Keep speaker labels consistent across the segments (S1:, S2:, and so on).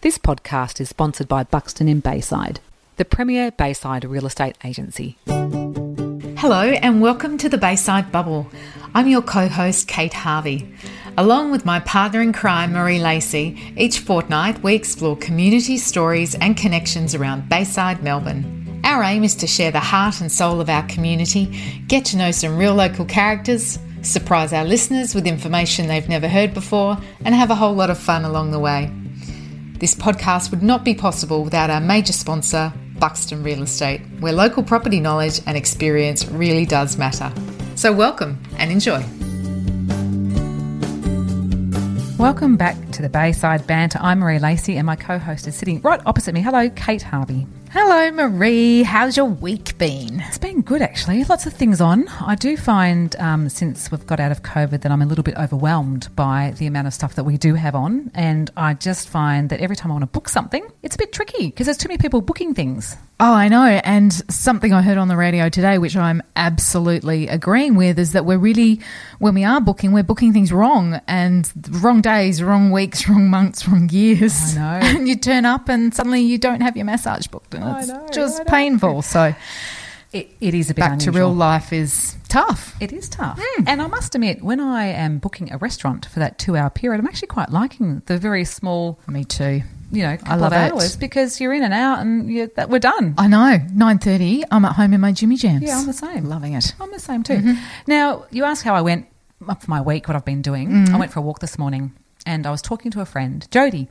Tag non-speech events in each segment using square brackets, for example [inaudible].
S1: This podcast is sponsored by Buxton in Bayside, the premier Bayside real estate agency.
S2: Hello, and welcome to the Bayside Bubble. I'm your co host, Kate Harvey. Along with my partner in crime, Marie Lacey, each fortnight we explore community stories and connections around Bayside, Melbourne. Our aim is to share the heart and soul of our community, get to know some real local characters, surprise our listeners with information they've never heard before, and have a whole lot of fun along the way. This podcast would not be possible without our major sponsor, Buxton Real Estate, where local property knowledge and experience really does matter. So, welcome and enjoy.
S1: Welcome back to the Bayside Banter. I'm Marie Lacey, and my co host is sitting right opposite me. Hello, Kate Harvey.
S2: Hello, Marie. How's your week been?
S1: It's been good, actually. Lots of things on. I do find um, since we've got out of COVID that I'm a little bit overwhelmed by the amount of stuff that we do have on. And I just find that every time I want to book something, it's a bit tricky because there's too many people booking things.
S3: Oh, I know. And something I heard on the radio today, which I'm absolutely agreeing with, is that we're really, when we are booking, we're booking things wrong and wrong days, wrong weeks, [laughs] wrong months, wrong years.
S1: I know.
S3: [laughs] And you turn up and suddenly you don't have your massage booked. And
S1: I
S3: it's
S1: know,
S3: just
S1: I know.
S3: painful. So
S1: It, it is a bit
S3: back to
S1: unusual.
S3: real life is tough.
S1: It is tough.
S3: Hmm.
S1: And I must admit, when I am booking a restaurant for that two hour period, I'm actually quite liking the very small,
S3: Me too.
S1: you know, couple
S3: love
S1: of
S3: it.
S1: hours because you're in and out and you that, we're done.
S3: I know. 9.30, I'm at home in my Jimmy Jams.
S1: Yeah, I'm the same.
S3: Loving it.
S1: I'm the same too. Now, you asked how I went up for my week, what I've been doing. I went for a walk this morning and I was talking to a friend, Jody,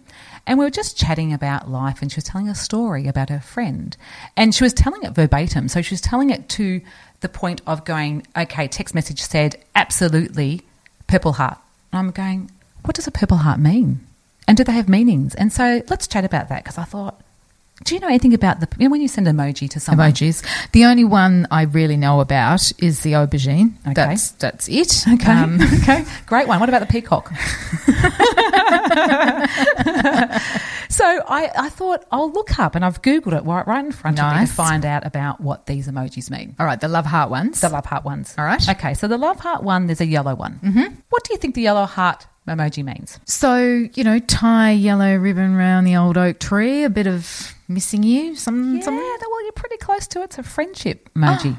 S1: and we were just chatting about life and she was telling a story about her friend. And she was telling it verbatim. So she was telling it to the point of going, okay, text message said, absolutely, purple heart. And I'm going, what does a purple heart mean? And do they have meanings? And so let's chat about that because I thought, do you know anything about the, you know, when you send emoji to someone?
S3: emojis. The only one I really know about is the aubergine.
S1: Okay.
S3: That's that's it.
S1: Okay.
S3: Um, [laughs]
S1: [laughs] okay. Great one. What about the [laughs] peacock? so I, I thought I'll look up and I've Googled it right, right in front of me
S3: Nice.
S1: to find out about what these emojis mean.
S3: all right, the love heart ones.
S1: The love heart ones.
S3: All right.
S1: Okay. So the love heart one, there's a yellow one. Mm-hmm. What do you think the yellow heart emoji means?
S3: So, you know, tie yellow ribbon round the old oak tree, a bit of missing you, some,
S1: Yeah,
S3: something.
S1: that- well, you're pretty close to it. It's a friendship emoji.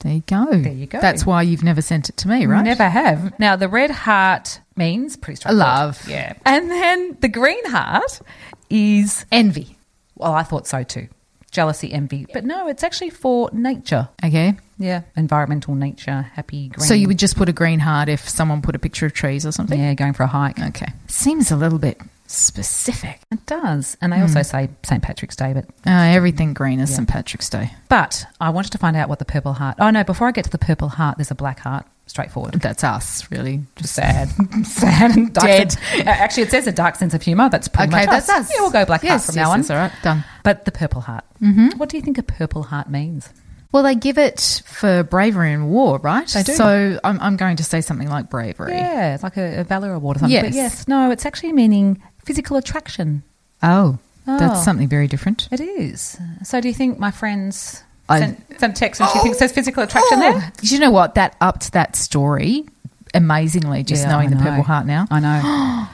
S3: There you go. There
S1: you go.
S3: That's why you've never sent it to me, right?
S1: Never have. Now, the red heart means pretty straightforward.
S3: Love.
S1: Yeah. And then the green heart is envy. Well, I thought so too. Jealousy, envy. But no, it's actually for nature.
S3: Okay.
S1: Yeah. Environmental nature, happy green.
S3: So you would just put a green heart if someone put a picture of trees or something?
S1: Yeah, going for a hike.
S3: Okay. Seems a little bit specific.
S1: It does. And they also
S3: Hmm.
S1: say St. Patrick's Day, but
S3: Uh, everything green is St. Patrick's Day.
S1: but I wanted to find out what the purple heart. Oh no, before I get to the purple heart, there's a black heart.
S3: [laughs]
S1: Straightforward.
S3: That's us, really. Just
S1: Sad, sad, and dark
S3: Dead.
S1: sense- Actually, it says a dark sense of humour. That's pretty
S3: Okay,
S1: much
S3: that's us.
S1: Yeah, we'll go black heart
S3: Yes,
S1: from
S3: yes,
S1: now on.
S3: yes, all right, done.
S1: But the Purple Heart. Mm-hmm. What do you think a Purple Heart means?
S3: Well, they give it for bravery in war, right?
S1: They do.
S3: So I'm, I'm going to say something like bravery.
S1: Yeah, it's like a, a Valor Award or something. But
S3: Yes.
S1: yes, no, it's actually meaning physical attraction.
S3: Oh,
S1: Oh.
S3: that's something very different.
S1: It is. So do you think my friends
S3: I-
S1: sent, sent text and she thinks there's physical attraction there?
S3: Do Oh, you know what? That upped that story amazingly, just
S1: Yeah,
S3: knowing
S1: I
S3: the
S1: know. Oh,
S3: Purple Heart now.
S1: [gasps] I know.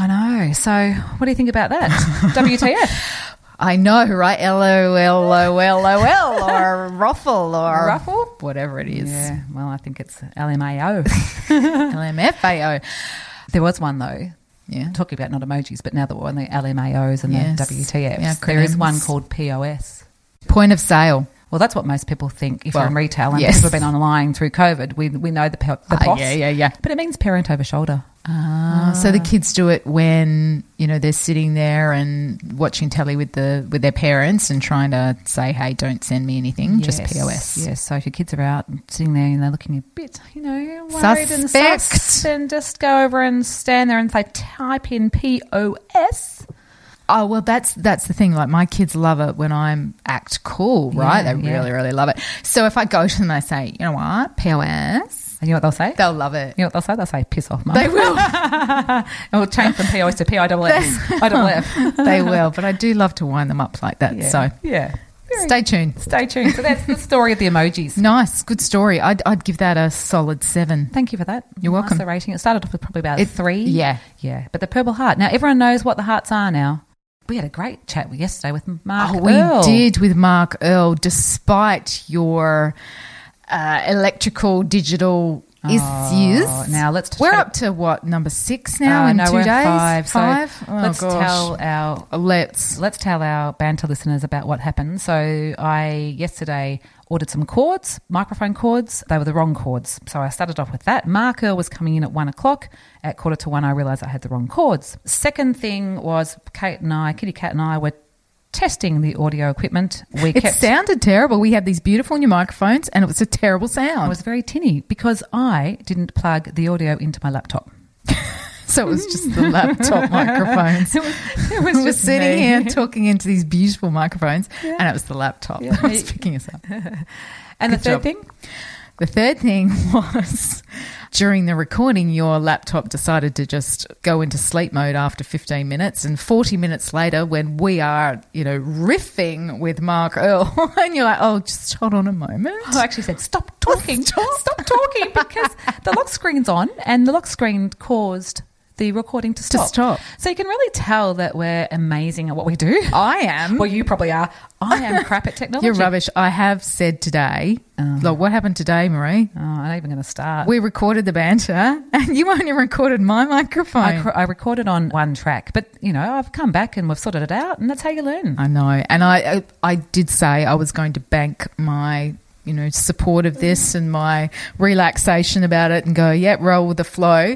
S1: [gasps] I know. So what do you think about that? [laughs] WTF?
S3: I know, right?
S1: [laughs]
S3: LOLOLOL or ruffle or
S1: Ruffle?
S3: whatever it is.
S1: Yeah, well, I think it's LMAO.
S3: LMFAO.
S1: [laughs] there was one, though.
S3: Yeah.
S1: Talking about not emojis, but now that we're on the LMAOs and
S3: Yes.
S1: the WTFs,
S3: Yeah,
S1: there is
S3: acronyms.
S1: one called POS.
S3: Point of sale.
S1: Well, that's what most people think if
S3: Well,
S1: you're in retail and
S3: yes.
S1: people have been online through COVID. We, we know the, pe- the
S3: Ah,
S1: POS.
S3: yeah, yeah, yeah.
S1: But it means parent over shoulder.
S3: Ah, so the kids do it when you know they're sitting there and watching telly with the with their parents and trying to say, "Hey, don't send me anything, just
S1: Yes,
S3: POS."
S1: Yes. So if your kids are out and sitting there and they're looking a bit, you know, worried and sus,
S3: Suspect.
S1: then just go over and stand there and say, type in POS.
S3: Oh well, that's that's the thing. Like my kids love it when I'm act cool, right?
S1: Yeah,
S3: they
S1: yeah.
S3: really, really love it. So if I go to them, and I say, "You know what, POS,"
S1: And you know what they'll say?
S3: they'll love it.
S1: [laughs] you know what they'll say? They'll say, piss off, mum.
S3: They
S1: [laughs]
S3: will,
S1: and we'll change from POS to PIWS. [laughs]
S3: [laughs]
S1: IWF.
S3: they will. But I do love to wind them up like that.
S1: Yeah.
S3: So
S1: yeah. Very-
S3: stay tuned.
S1: Stay tuned. So that's the story of the emojis.
S3: [laughs] Nice, good story. I'd, I'd give that a solid seven.
S1: Thank you for that.
S3: You're
S1: Nice,
S3: welcome.
S1: the rating. It started off with probably about
S3: It-
S1: three.
S3: yeah.
S1: Yeah. But the purple heart. Now everyone knows what the hearts are now. we had a great chat yesterday with Mark.
S3: Oh, we
S1: Earl.
S3: did with Mark Earl, despite your uh, electrical digital issues.
S1: Oh, now let's
S3: we're
S1: chat-
S3: up to what number six now
S1: Uh,
S3: in
S1: no,
S3: 2
S1: we're at
S3: days.
S1: Five. so
S3: Five? Oh,
S1: let's
S3: gosh.
S1: tell our
S3: Let's.
S1: let's tell our banter listeners about what happened. So I yesterday ordered some cords, microphone cords. They were the wrong cords. So I started off with that. Marker was coming in at one o'clock. At quarter to one, I realised I had the wrong cords. Second thing was Kate and I, Kitty Cat and I were testing the audio equipment. We
S3: It
S1: kept
S3: sounded terrible. We had these beautiful new microphones, and it was a terrible sound.
S1: I was very tinny because I didn't plug the audio into my laptop. [laughs]
S3: so it was just the laptop microphones.
S1: It was,
S3: [laughs]
S1: it
S3: We were sitting here talking into these beautiful microphones, and it was the laptop [laughs]
S1: Yeah.
S3: that was picking us up.
S1: And the
S3: Good
S1: third
S3: job.
S1: thing,
S3: The third thing [laughs] was during the recording, your laptop decided to just go into sleep mode after 15 minutes. And 40 minutes later, when we are, you know, riffing with Mark Earl, [laughs] and you're like, oh, just hold on a moment.
S1: I actually said,
S3: [laughs]
S1: "Stop talking! Stop talking!" Because the lock screen's on, and the lock screen caused the recording to stop.
S3: stop.
S1: So you can really tell that we're amazing at what we do.
S3: I am.
S1: Well, you probably are. I am crap at technology.
S3: You're rubbish. I have said today, like, what happened today, Marie?
S1: Oh, I'm not even going to start.
S3: We recorded the banter, [laughs] and you only recorded my microphone.
S1: I, cr- I recorded on one track, but you know, I've come back and we've sorted it out, and that's how you learn.
S3: I know, and I, I I did say I was going to bank my you know support of
S1: Mm.
S3: this and my relaxation about it and go, yeah, roll with the flow.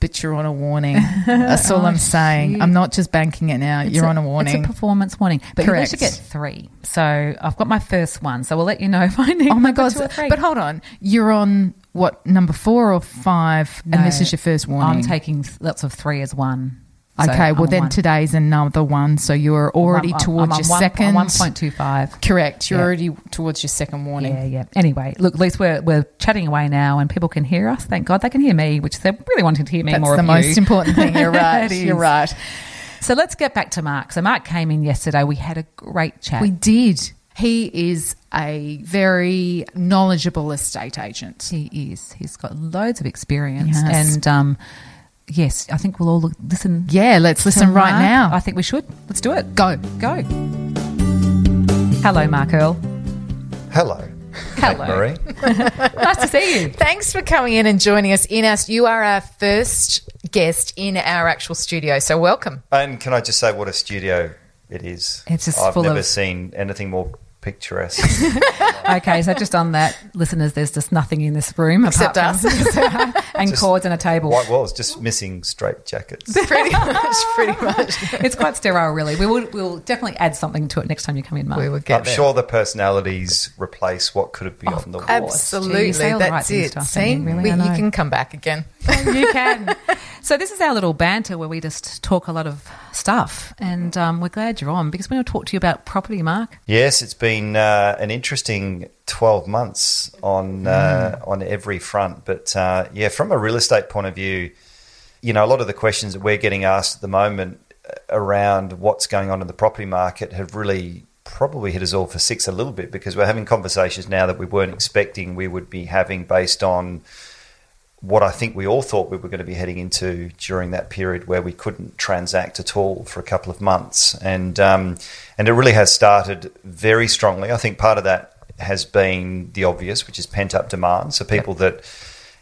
S3: But you're on a
S1: [laughs]
S3: warning. That's all I'm saying. I'm not just banking it now.
S1: Oh, It's
S3: you're on a warning.
S1: It's a performance warning, but
S3: Correct.
S1: you actually get three. So I've got my first one. So we'll let you know if I need.
S3: oh my
S1: number
S3: god!
S1: two or three.
S3: But hold on, you're on what number four or five, and this
S1: No,
S3: is your first warning.
S1: I'm taking th- lots of three as one. So
S3: okay, well
S1: I'm
S3: then
S1: one.
S3: today's another one, so you're already
S1: I'm- I'm-
S3: towards
S1: I'm
S3: your
S1: on
S3: second.
S1: One point two five.
S3: Correct. You're
S1: Yeah.
S3: already towards your second warning.
S1: Yeah, yeah. Anyway, look, at least we're we're chatting away now, and people can hear us. Thank God they can hear me, which they really wanted to hear me
S3: That's
S1: more
S3: the
S1: of you.
S3: most important thing. [laughs] You're right.
S1: It is.
S3: You're right.
S1: So let's get back to Mark. So Mark came in yesterday. We had a great chat.
S3: We did. He is a very knowledgeable estate agent.
S1: he is. He's got loads of experience,
S3: Yes.
S1: and um, yes, I think we'll all look, listen.
S3: Yeah, let's listen
S1: to
S3: right
S1: Mark.
S3: now.
S1: I think we should. Let's do it.
S3: Go.
S1: Go. Hello, Mark Earl.
S4: Hello.
S1: Hello.
S4: Marie.
S1: [laughs] Nice to see you.
S3: Thanks for coming in and joining us. In us, you are our first guest in our actual studio, so welcome. [laughs]
S4: And can I just say what a studio it is?
S1: It's just
S4: I've
S1: full
S4: never
S1: of-
S4: seen anything more picturesque.
S1: [laughs] Okay, so just on that, listeners, there's just nothing in this room
S3: Except
S1: [laughs] apart from- and
S4: Just
S1: cords and a table.
S4: White walls, just missing
S1: [laughs]
S4: straight jackets.
S3: Pretty much, pretty much.
S1: It's quite sterile, really. We will we'll definitely add something to it next time you come in, Mark.
S3: We will get
S4: I'm
S3: there.
S4: sure the personalities replace what could have been on the wall.
S3: Absolutely,
S1: Gee, you say all the right
S3: that's
S1: things
S3: it.
S1: to us,
S3: See,
S1: don't you? Really?
S3: We-
S1: I
S3: you
S1: know.
S3: can come back again.
S1: you can. So this is our little banter where we just talk a lot of stuff, and um, we're glad you're on because we want to talk to you about property, Mark.
S4: Yes, it's been uh, an interesting 12 months on uh, on every front. But uh, yeah, from a real estate point of view, you know, a lot of the questions that we're getting asked at the moment uh, around what's going on in the property market have really probably hit us all for six a little bit because we're having conversations now that we weren't expecting we would be having based on what I think we all thought we were going to be heading into during that period where we couldn't transact at all for a couple of months, and um, and it really has started very strongly. I think part of that has been the obvious, which is pent up demand. So people that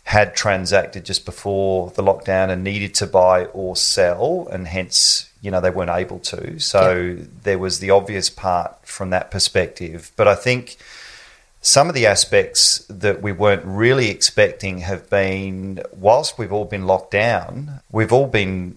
S4: had transacted just before the lockdown and needed to buy or sell, and hence you know they weren't able to. So there was the obvious part from that perspective, but I think some of the aspects that we weren't really expecting have been whilst we've all been locked down, we've all been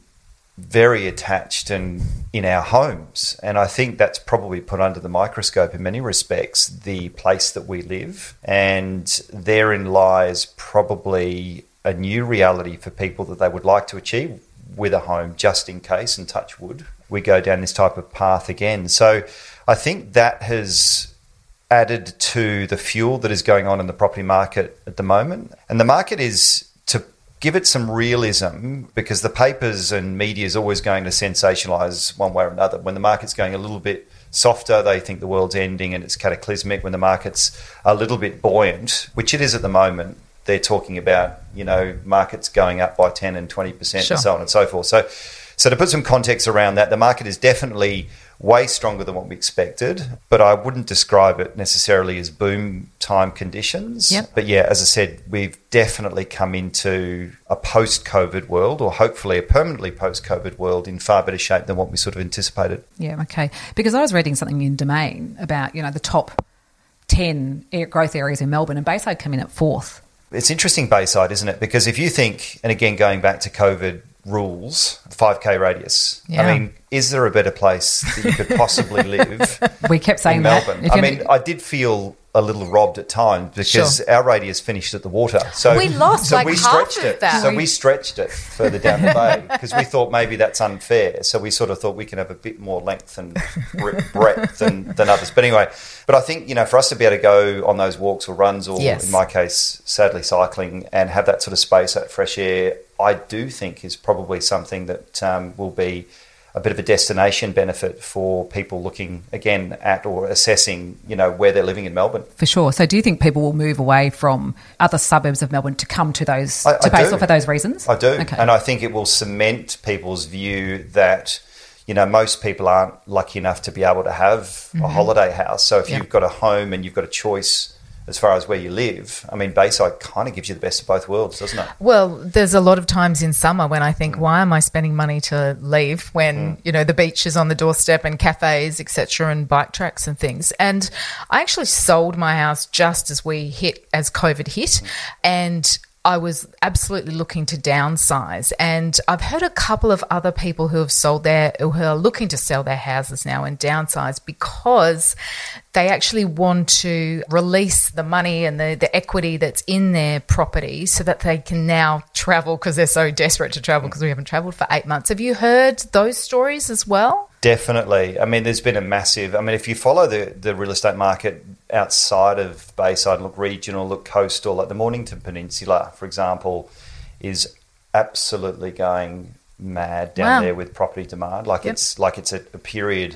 S4: very attached and in our homes. And I think that's probably put under the microscope in many respects the place that we live. And therein lies probably a new reality for people that they would like to achieve with a home just in case and touch wood we go down this type of path again. So I think that has added to the fuel that is going on in the property market at the moment. And the market is to give it some realism because the papers and media is always going to sensationalize one way or another. When the market's going a little bit softer, they think the world's ending and it's cataclysmic. When the market's a little bit buoyant, which it is at the moment, they're talking about, you know, markets going up by 10 and 20%
S3: Sure.
S4: and so on and so forth. So So to put some context around that, the market is definitely way stronger than what we expected, but I wouldn't describe it necessarily as boom time conditions.
S1: Yep.
S4: But yeah, as I said, we've definitely come into a post-COVID world or hopefully a permanently post-COVID world in far better shape than what we sort of anticipated.
S1: Yeah, okay. Because I was reading something in Domain about, you know, the top 10 air- growth areas in Melbourne and Bayside come in at fourth.
S4: It's interesting Bayside, isn't it? Because if you think, and again, going back to COVID rules, 5K radius,
S1: Yeah.
S4: I mean, is there a better place that you
S5: [laughs]
S4: could possibly live
S1: We kept saying
S4: [laughs] in
S1: that.
S4: Melbourne?
S1: If
S4: I
S1: you're-
S4: mean, I did feel a little robbed at times because our radius finished at the water. So
S5: We lost,
S4: so
S5: like,
S4: we
S5: half
S4: stretched
S5: of
S4: it.
S5: that.
S4: So we stretched it further down the bay because we thought maybe that's unfair. So we sort of thought we can have a bit more length and bre- breadth than, than others. But anyway, but I think, you know, for us to be able to go on those walks or runs or
S5: Yes.
S4: in my case, sadly, cycling and have that sort of space, that fresh air, I do think is probably something that um, will be a bit of a destination benefit for people looking again at or assessing, you know, where they're living in Melbourne.
S1: for sure. So do you think people will move away from other suburbs of Melbourne to come to those, to
S4: I- I do.
S1: Bayside for those reasons?
S4: I do,
S1: Okay.
S4: and I think it will cement people's view that you know most people aren't lucky enough to be able to have a holiday house. So if you've got a home and you've got a choice as far as where you live, I mean, Bayside kind of gives you the best of both worlds, doesn't it?
S3: Well, there's a lot of times in summer when I think, why am I spending money to leave when you know the beach is on the doorstep and cafes, etc., and bike tracks and things. And I actually sold my house just as we hit, as COVID hit, and. I was absolutely looking to downsize, and I've heard a couple of other people who have sold their, who are looking to sell their houses now and downsize because they actually want to release the money and the, the equity that's in their property so that they can now travel because they're so desperate to travel because we haven't traveled for eight months. Have you heard those stories as well?
S4: Definitely. I mean, there's been a massive. I mean, if you follow the, the real estate market outside of Bayside, look regional, look coastal, like the Mornington Peninsula, for example, is absolutely going mad down
S3: Wow.
S4: there with property demand. Like
S3: Yep.
S4: it's like it's a, a period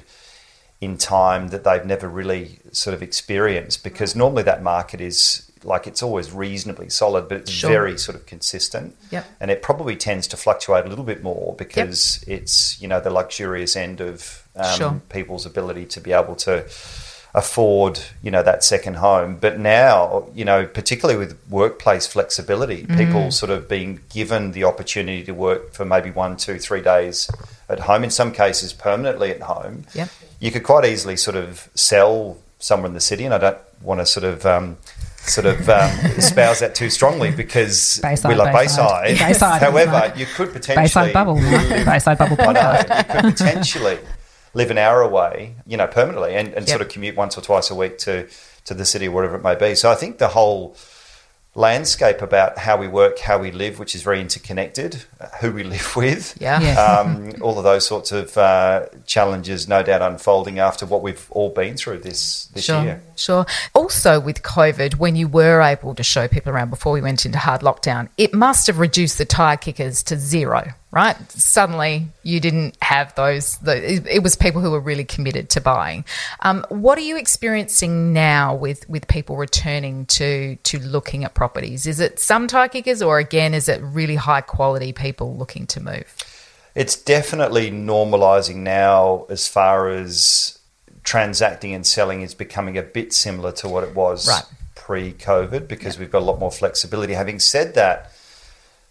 S4: in time that they've never really sort of experienced because normally that market is like it's always reasonably solid, but it's
S3: Sure.
S4: very sort of consistent.
S3: Yep.
S4: And it probably tends to fluctuate a little bit more because it's, you know, the luxurious end of um,
S3: Sure.
S4: people's ability to be able to afford, you know, that second home. But now, you know, particularly with workplace flexibility,
S3: Mm.
S4: people sort of being given the opportunity to work for maybe one, two, three days at home, in some cases permanently at home.
S3: Yep.
S4: You could quite easily sort of sell somewhere in the city, and I don't want to sort of. Um, Sort of um, [laughs] espouse that too strongly because
S1: Bayside,
S4: we love
S1: Bayside.
S4: Bayside.
S1: Bayside,
S4: [laughs] However,
S1: Bayside.
S4: you could potentially
S1: Bayside Bubble,
S4: [laughs] live-
S1: Bayside Bubble
S4: I
S1: [laughs]
S4: know.
S1: podcast.
S4: You could potentially live an hour away, you know, permanently and, and
S3: Yep.
S4: sort of commute once or twice a week to, to the city or whatever it may be. So I think the whole landscape about how we work, how we live, which is very interconnected, uh, who we [laughs] live with,
S3: Yeah.
S1: Yeah. [laughs]
S4: um, all of those sorts of uh, challenges, no doubt, unfolding after what we've all been through this, this
S3: sure,
S4: year.
S3: sure. Also, with COVID, when you were able to show people around before we went into hard lockdown, it must have reduced the tire kickers to zero, right? Suddenly, you didn't have those. The, it, it was people who were really committed to buying. Um, what are you experiencing now with with people returning to to looking at properties? Is it some tire kickers, or again, is it really high quality people looking to move?
S4: It's definitely normalizing now as far as transacting and selling is becoming a bit similar to what it was
S3: Right.
S4: pre COVID because we've got a lot more flexibility. Having said that,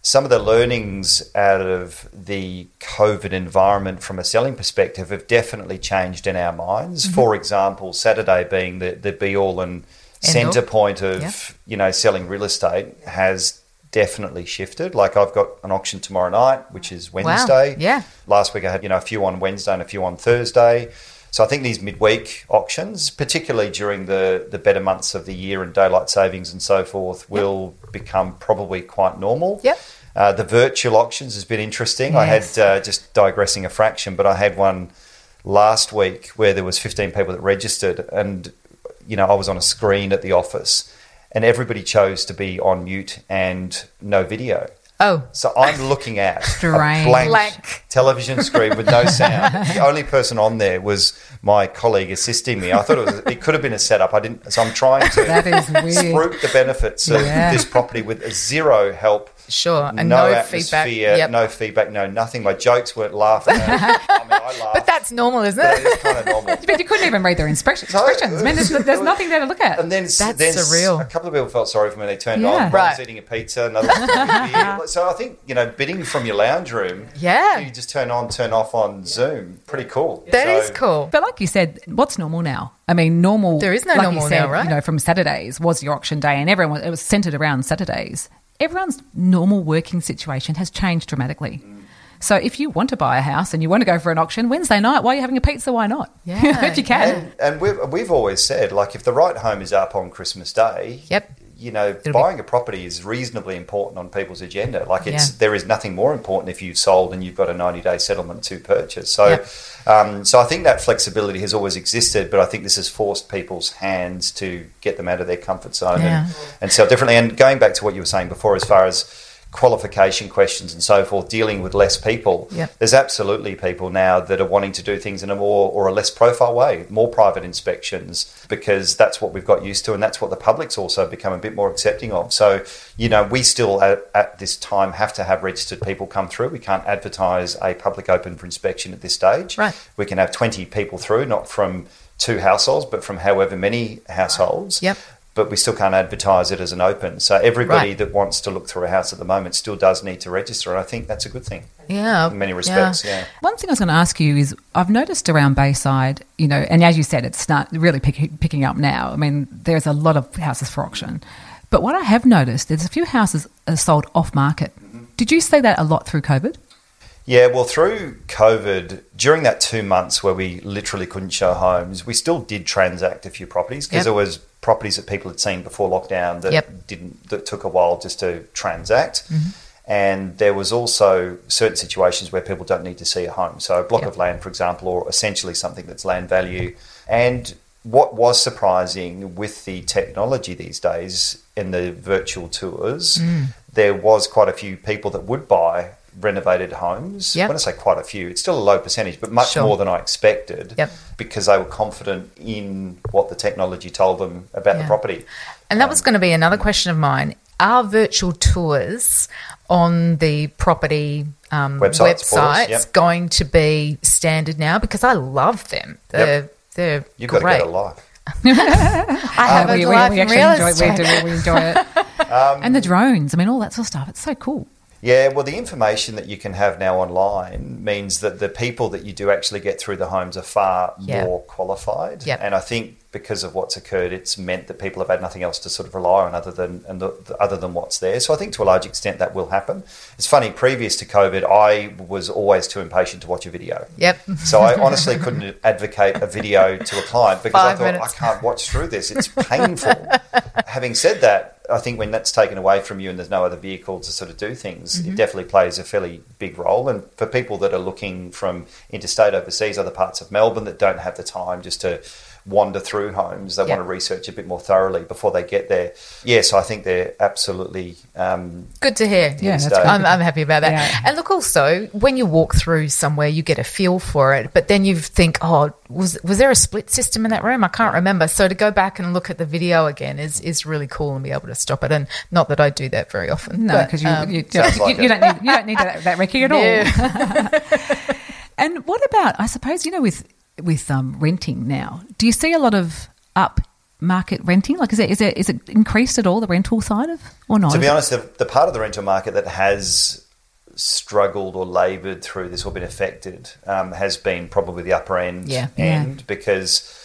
S4: some of the learnings out of the COVID environment from a selling perspective have definitely changed in our minds.
S3: Mm-hmm.
S4: For example, Saturday being the, the be all and
S3: End all.
S4: center point of
S3: Yep.
S4: you know selling real estate has definitely shifted. Like I've got an auction tomorrow night, which is Wednesday.
S3: Yeah.
S4: Last week I had you know a few on Wednesday and a few on Thursday. So I think these midweek auctions, particularly during the the better months of the year and daylight savings and so forth, will become probably quite normal.
S3: Yep.
S4: Uh, the virtual auctions has been interesting. I
S3: Yes.
S4: had uh, just digressing a fraction, but I had one last week where there was 15 people that registered, and you know I was on a screen at the office, and everybody chose to be on mute and no video.
S3: Oh,
S4: So I'm looking at
S1: Strange.
S4: a blank,
S3: Blank.
S4: television screen with no sound. the only person on there was my colleague assisting me. I thought it was it could have been a setup. I didn't. So I'm trying to
S1: That is weird.
S4: spruik the benefits of
S1: Yeah.
S4: this property with zero help
S2: Sure, and
S4: no,
S2: no
S4: atmosphere,
S2: feedback. Yep.
S4: no feedback, no nothing. My jokes weren't laughed. at. I mean, I laughed.
S2: But that's normal, isn't
S4: That
S2: it?
S4: is kind of normal.
S1: But you couldn't even read their expression-
S4: No.
S1: expressions. Man, there's,
S4: [laughs]
S1: there's nothing there to look at.
S4: And then,
S2: That's
S4: then
S2: surreal.
S4: a couple of people felt sorry for me. They turned
S1: Yeah.
S4: on. One
S2: Right.
S4: was eating a pizza, another was drinking a beer. So I think, you know, bidding from your lounge room,
S2: Yeah,
S4: you just turn on, turn off on Zoom. Pretty cool.
S2: that is
S4: So-
S2: cool.
S1: But like you said, what's normal now? I mean, normal.
S2: There is no
S1: like
S2: normal
S1: you said,
S2: now, right?
S1: You know, from Saturdays was your auction day, and everyone it was centered around Saturdays. Everyone's normal working situation has changed dramatically. So if you want to buy a house and you want to go for an auction Wednesday night, while you're having a pizza, why not? [laughs]
S2: Yeah,
S1: if you can.
S4: And, and we've, we've always said, like, if the right home is up on Christmas Day,
S2: Yep.
S4: you know, buying a property is reasonably important on people's agenda. Like, it's
S2: Yeah.
S4: there is nothing more important if you've sold and you've got a ninety day settlement to purchase. So,
S2: Yep.
S4: um, so I think that flexibility has always existed, but I think this has forced people's hands to get them out of their comfort zone
S2: Yeah.
S4: and, and sell differently. And going back to what you were saying before, as far as qualification questions and so forth, dealing with less people.
S2: Yep.
S4: There's absolutely people now that are wanting to do things in a more or a less profile way, more private inspections, because that's what we've got used to and that's what the public's also become a bit more accepting of. So, you know, we still at, at this time have to have registered people come through. We can't advertise a public open for inspection at this stage.
S2: Right.
S4: We can have 20 people through, not from two households, but from however many households.
S2: Yep.
S4: But we still can't advertise it as an open. So everybody
S2: Right.
S4: that wants to look through a house at the moment still does need to register. And I think that's a good thing
S2: Yeah,
S4: in many
S2: yeah.
S4: respects. Yeah.
S1: One thing I was going to ask you is I've noticed around Bayside, you know, and as you said, it's not really pick, picking up now. I mean, there's a lot of houses for auction. But what I have noticed, there's a few houses are sold off market.
S4: Mm-hmm.
S1: Did you see that a lot through COVID?
S4: Yeah, well, through COVID, during that two months where we literally couldn't show homes, we still did transact a few properties because
S2: Yep.
S4: there was properties that people had seen before lockdown that
S2: Yep.
S4: didn't that took a while just to transact.
S2: Mm-hmm.
S4: And there was also certain situations where people don't need to see a home, so a block
S2: Yep.
S4: of land, for example, or essentially something that's land value. And what was surprising with the technology these days in the virtual tours,
S2: Mm.
S4: there was quite a few people that would buy renovated homes.
S2: Yep.
S4: When I say quite a few, it's still a low percentage, but much
S2: Sure.
S4: more than I expected
S2: Yep.
S4: because they were confident in what the technology told them about
S2: Yeah.
S4: the property.
S2: And that
S4: Um,
S2: was going to be another question of mine. Are virtual tours on the property um,
S4: Websites,
S2: websites,
S4: portals, yep.
S2: going to be standard now? Because I love them. They're,
S4: Yep.
S2: they're
S4: You've
S2: great.
S4: got to get a life.
S2: I have
S1: Uh,
S2: a
S1: we, we-
S2: life
S1: we
S2: in real
S1: actually enjoy, we,
S2: estate.
S1: do, we enjoy it.
S2: [laughs]
S4: Um,
S1: and the drones, I mean, all that sort of stuff. It's so cool.
S4: Yeah, well, the information that you can have now online means that the people that you do actually get through the homes are far
S2: Yeah.
S4: more qualified.
S2: Yeah.
S4: And I think because of what's occurred, it's meant that people have had nothing else to sort of rely on other than and the, the- other than what's there. So I think to a large extent that will happen. It's funny. Previous to COVID, I was always too impatient to watch a video.
S2: Yep.
S4: So I honestly couldn't advocate a video to a client because I
S2: Five
S4: thought
S2: minutes.
S4: I can't watch through this. It's
S2: [laughs]
S4: painful. Having said that, I think when that's taken away from you and there's no other vehicle to sort of do things,
S2: Mm-hmm.
S4: it definitely plays a fairly big role. And for people that are looking from interstate overseas, other parts of Melbourne that don't have the time just to wander through homes, they
S2: Yeah.
S4: want to research a bit more thoroughly before they get there. Yes, I think they're absolutely um,
S2: Good to hear.
S1: Yeah, that's
S4: good.
S2: I'm, I'm happy about that.
S1: Yeah.
S2: And look, also when you walk through somewhere, you get a feel for it. But then you think, oh, was was there a split system in that room? I can't remember. So to go back and look at the video again is is really cool and be able to stop it. And not that I do that very often.
S1: No,
S2: but,
S1: because you,
S2: um,
S1: you,
S4: Sounds
S1: you-
S4: like
S1: you
S4: it.
S1: don't need, you don't need that, that recce
S2: [laughs]
S1: at all. and what about? I suppose you know with with um, renting now. Do you see a lot of up market renting? Like, is it is it is it increased at all the rental side of or not?
S4: To be
S1: Is it-
S4: honest, the, the part of the rental market that has struggled or laboured through this or been affected um, has been probably the upper end
S2: Yeah.
S4: end because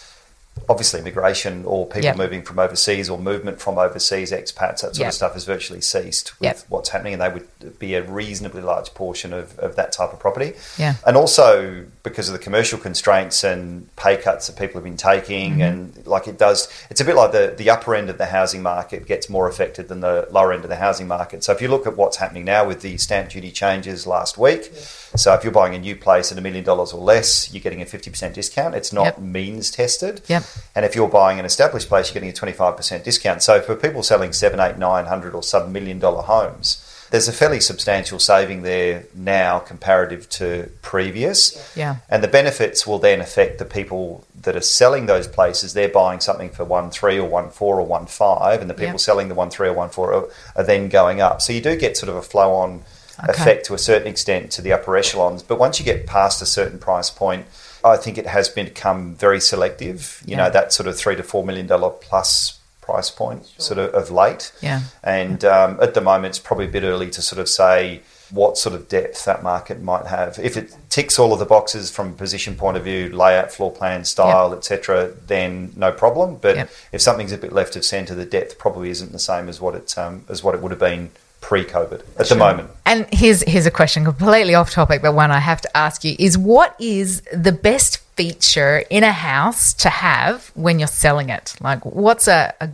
S4: obviously immigration or people
S2: Yep.
S4: moving from overseas or movement from overseas expats that sort
S2: Yep.
S4: of stuff has virtually ceased with
S2: Yep.
S4: what's happening and they would be a reasonably large portion of, of that type of property
S2: Yeah.
S4: and also because of the commercial constraints and pay cuts that people have been taking
S2: Mm-hmm.
S4: and like it does it's a bit like the, the upper end of the housing market gets more affected than the lower end of the housing market so if you look at what's happening now with the stamp duty changes last week so if you're buying a new place at a million dollars or less you're getting a 50% discount it's not
S2: Yep.
S4: means tested
S2: Yep.
S4: and if you're buying an established place, you're getting a 25% discount. So for people selling seven, eight, nine hundred or sub million dollar homes, there's a fairly substantial saving there now comparative to previous.
S3: Yeah.
S4: And the benefits will then affect the people that are selling those places. They're buying something for one three or one four or one five, and the people
S3: Yeah.
S4: selling the one three or one four are, are then going up. So you do get sort of a flow on effect to a certain extent to the upper echelons. But once you get past a certain price point, I think it has become very selective. You
S3: Yeah.
S4: know that sort of three to four million dollar plus price point sort of of late.
S3: Yeah.
S4: And um, at the moment, it's probably a bit early to sort of say what sort of depth that market might have. If it ticks all of the boxes from a position point of view, layout, floor plan, style, etc., then no problem. But
S3: Yep.
S4: if something's a bit left of centre, the depth probably isn't the same as what it um, as what it would have been pre-COVID at the moment.
S2: And here's here's a question completely off topic, but one I have to ask you is what is the best feature in a house to have when you're selling it? Like what's a, a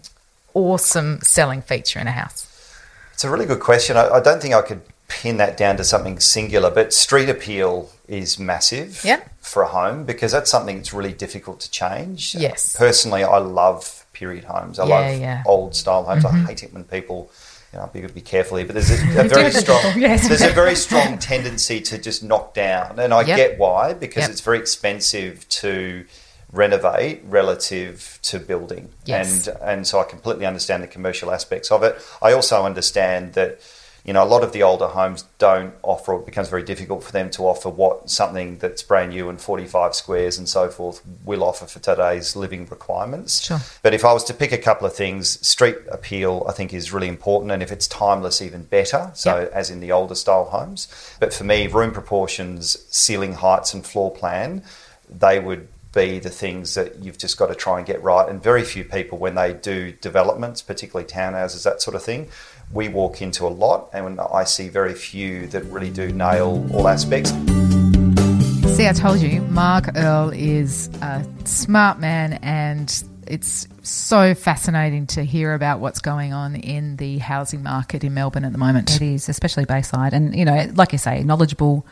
S2: awesome selling feature in a house?
S4: It's a really good question. I, I don't think I could pin that down to something singular, but street appeal is massive
S2: Yeah.
S4: for a home because that's something that's really difficult to change.
S2: Yes.
S4: Personally, I love period homes. I
S2: Yeah,
S4: love
S2: yeah. Mm-hmm.
S4: old style homes. I hate it when people. You know, you gotta be careful here, but
S2: [laughs]
S4: there's a, a very strong
S3: Yes.
S4: there's a very strong tendency to just knock down, and I
S2: Yep.
S4: get why because
S2: Yep.
S4: it's very expensive to renovate relative to building.
S2: Yes.
S4: And and so I completely understand the commercial aspects of it. I also understand that you know a lot of the older homes don't offer or it becomes very difficult for them to offer what something that's brand new and 45 squares and so forth will offer for today's living requirements.
S2: Sure.
S4: But if I was to pick a couple of things, street appeal I think is really important and if it's timeless even better. So
S2: Yep.
S4: as in the older style homes. But for me, room proportions, ceiling heights, and floor plan, they would be the things that you've just got to try and get right. And very few people, when they do developments, particularly townhouses, that sort of thing, we walk into a lot and I see very few that really do nail all aspects.
S3: See, I told you, Mark Earl is a smart man, and it's so fascinating to hear about what's going on in the housing market in Melbourne at the moment.
S1: It is, especially Bayside. And, you know, like you say, knowledgeable,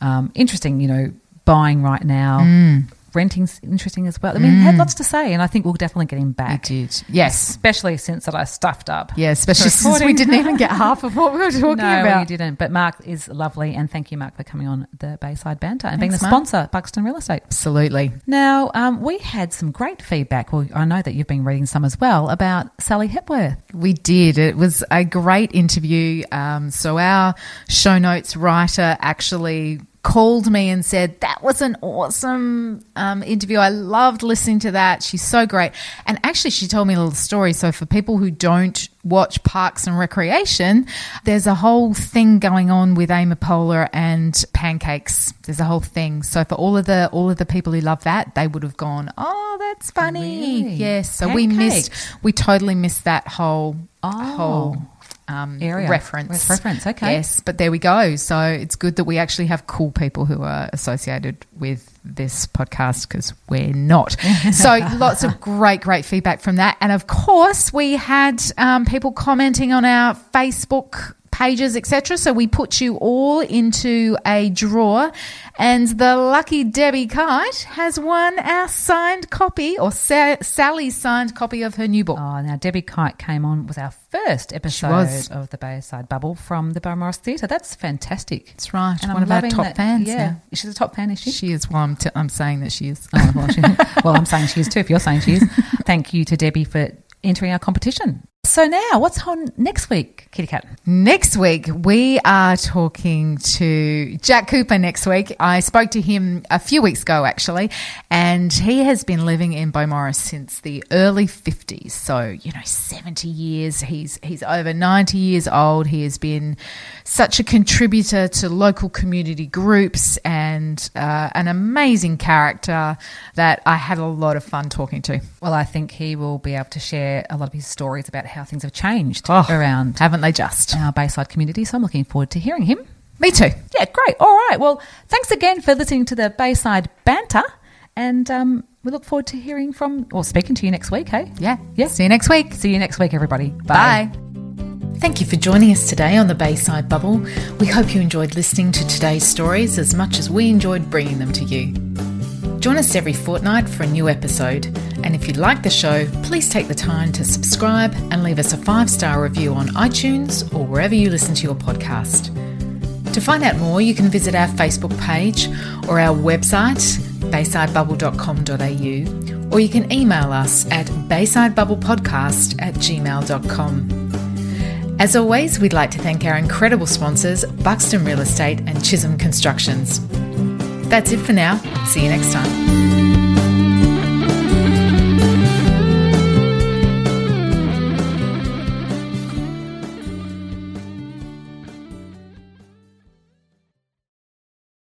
S1: um, interesting, you know, buying right now.
S3: Mm.
S1: Renting's interesting as well. I mean, he had lots to say, and I think we'll definitely get him back.
S3: did. Yes.
S1: Especially since that I stuffed up.
S3: Yeah, especially since [laughs] we
S1: Recording.
S3: didn't even get half of what we
S2: [laughs]
S3: were talking
S1: no,
S3: about.
S1: you didn't. But Mark is lovely, and thank you, Mark, for coming on the Bayside Banter and being
S3: Thanks,
S1: the
S3: Mark.
S1: sponsor, Buxton Real Estate.
S3: Absolutely.
S1: Now, um, we had some great feedback. Well, I know that you've been reading some as well about Sally Hepworth.
S3: We did. It was a great interview. Um, so, our show notes writer actually called me and said, That was an awesome um, interview. I loved listening to that. She's so great. And actually, she told me a little story. So, for people who don't watch Parks and Recreation, there's a whole thing going on with Amapola and pancakes. There's a whole thing. So, for all of the all of the people who love that, they would have gone, Oh, that's funny.
S1: Oh, Really?
S3: Yes. So, we missed
S1: Pancakes.
S3: we totally missed that whole
S1: Oh.
S3: whole um,
S1: Area.
S3: reference.
S1: Reference, okay.
S3: Yes, but there we go. So it's good that we actually have cool people who are associated with this podcast because we're
S1: [laughs]
S3: not. so lots of great, great feedback from that, and of course we had um, people commenting on our Facebook pages etc so we put you all into a drawer and the lucky debbie kite has won our signed copy or Sa- sally's signed copy of her new book
S1: Oh, now Debbie Kite came on was our first episode
S3: was.
S1: of the Bayside Bubble from the Beaumaris Theatre. That's fantastic.
S3: That's right.
S1: And I'm
S3: One of our
S1: loving
S3: top
S1: that-
S3: fans
S1: Yeah,
S3: now.
S1: she's a top fan, is she? [laughs]
S3: She is. Well, I'm, t- I'm saying that she is.
S1: oh, well, she- well, I'm saying she is too. If you're saying she is, [laughs] thank you to Debbie for entering our competition. So now, what's on next week, Kitty Cat?
S3: Next week, we are talking to Jack Cooper next week. I spoke to him a few weeks ago, actually, and he has been living in Beaumaris since the early 50s. So, you know, 70 years. He's, he's over 90 years old. He has been such a contributor to local community groups and uh, an amazing character that I had a lot of fun talking to.
S1: Well, I think he will be able to share a lot of his stories about how things have changed
S3: Oh.
S1: around
S3: Haven't they just?
S1: our Bayside community. So I'm looking forward to hearing him.
S3: Me too.
S1: Yeah, great. All right. Well, thanks again for listening to the Bayside Banter, and um, we look forward to hearing from or speaking to you next week. Hey,
S3: Yeah.
S1: Yeah.
S3: See you next week.
S1: see you next week, everybody.
S3: Bye.
S2: Thank you for joining us today on the Bayside Bubble. We hope you enjoyed listening to today's stories as much as we enjoyed bringing them to you. Join us every fortnight for a new episode, and
S3: And if you like the show, please take the time to subscribe and leave us a five star review on iTunes or wherever you listen to your podcast. To find out more, you can visit our Facebook page or our website, baysidebubble.com.au, or you can email us at baysidebubblepodcast at gmail.com. As always, we'd like to thank our incredible sponsors, Buxton Real Estate and Chisholm Constructions. That's it for now. See you next time.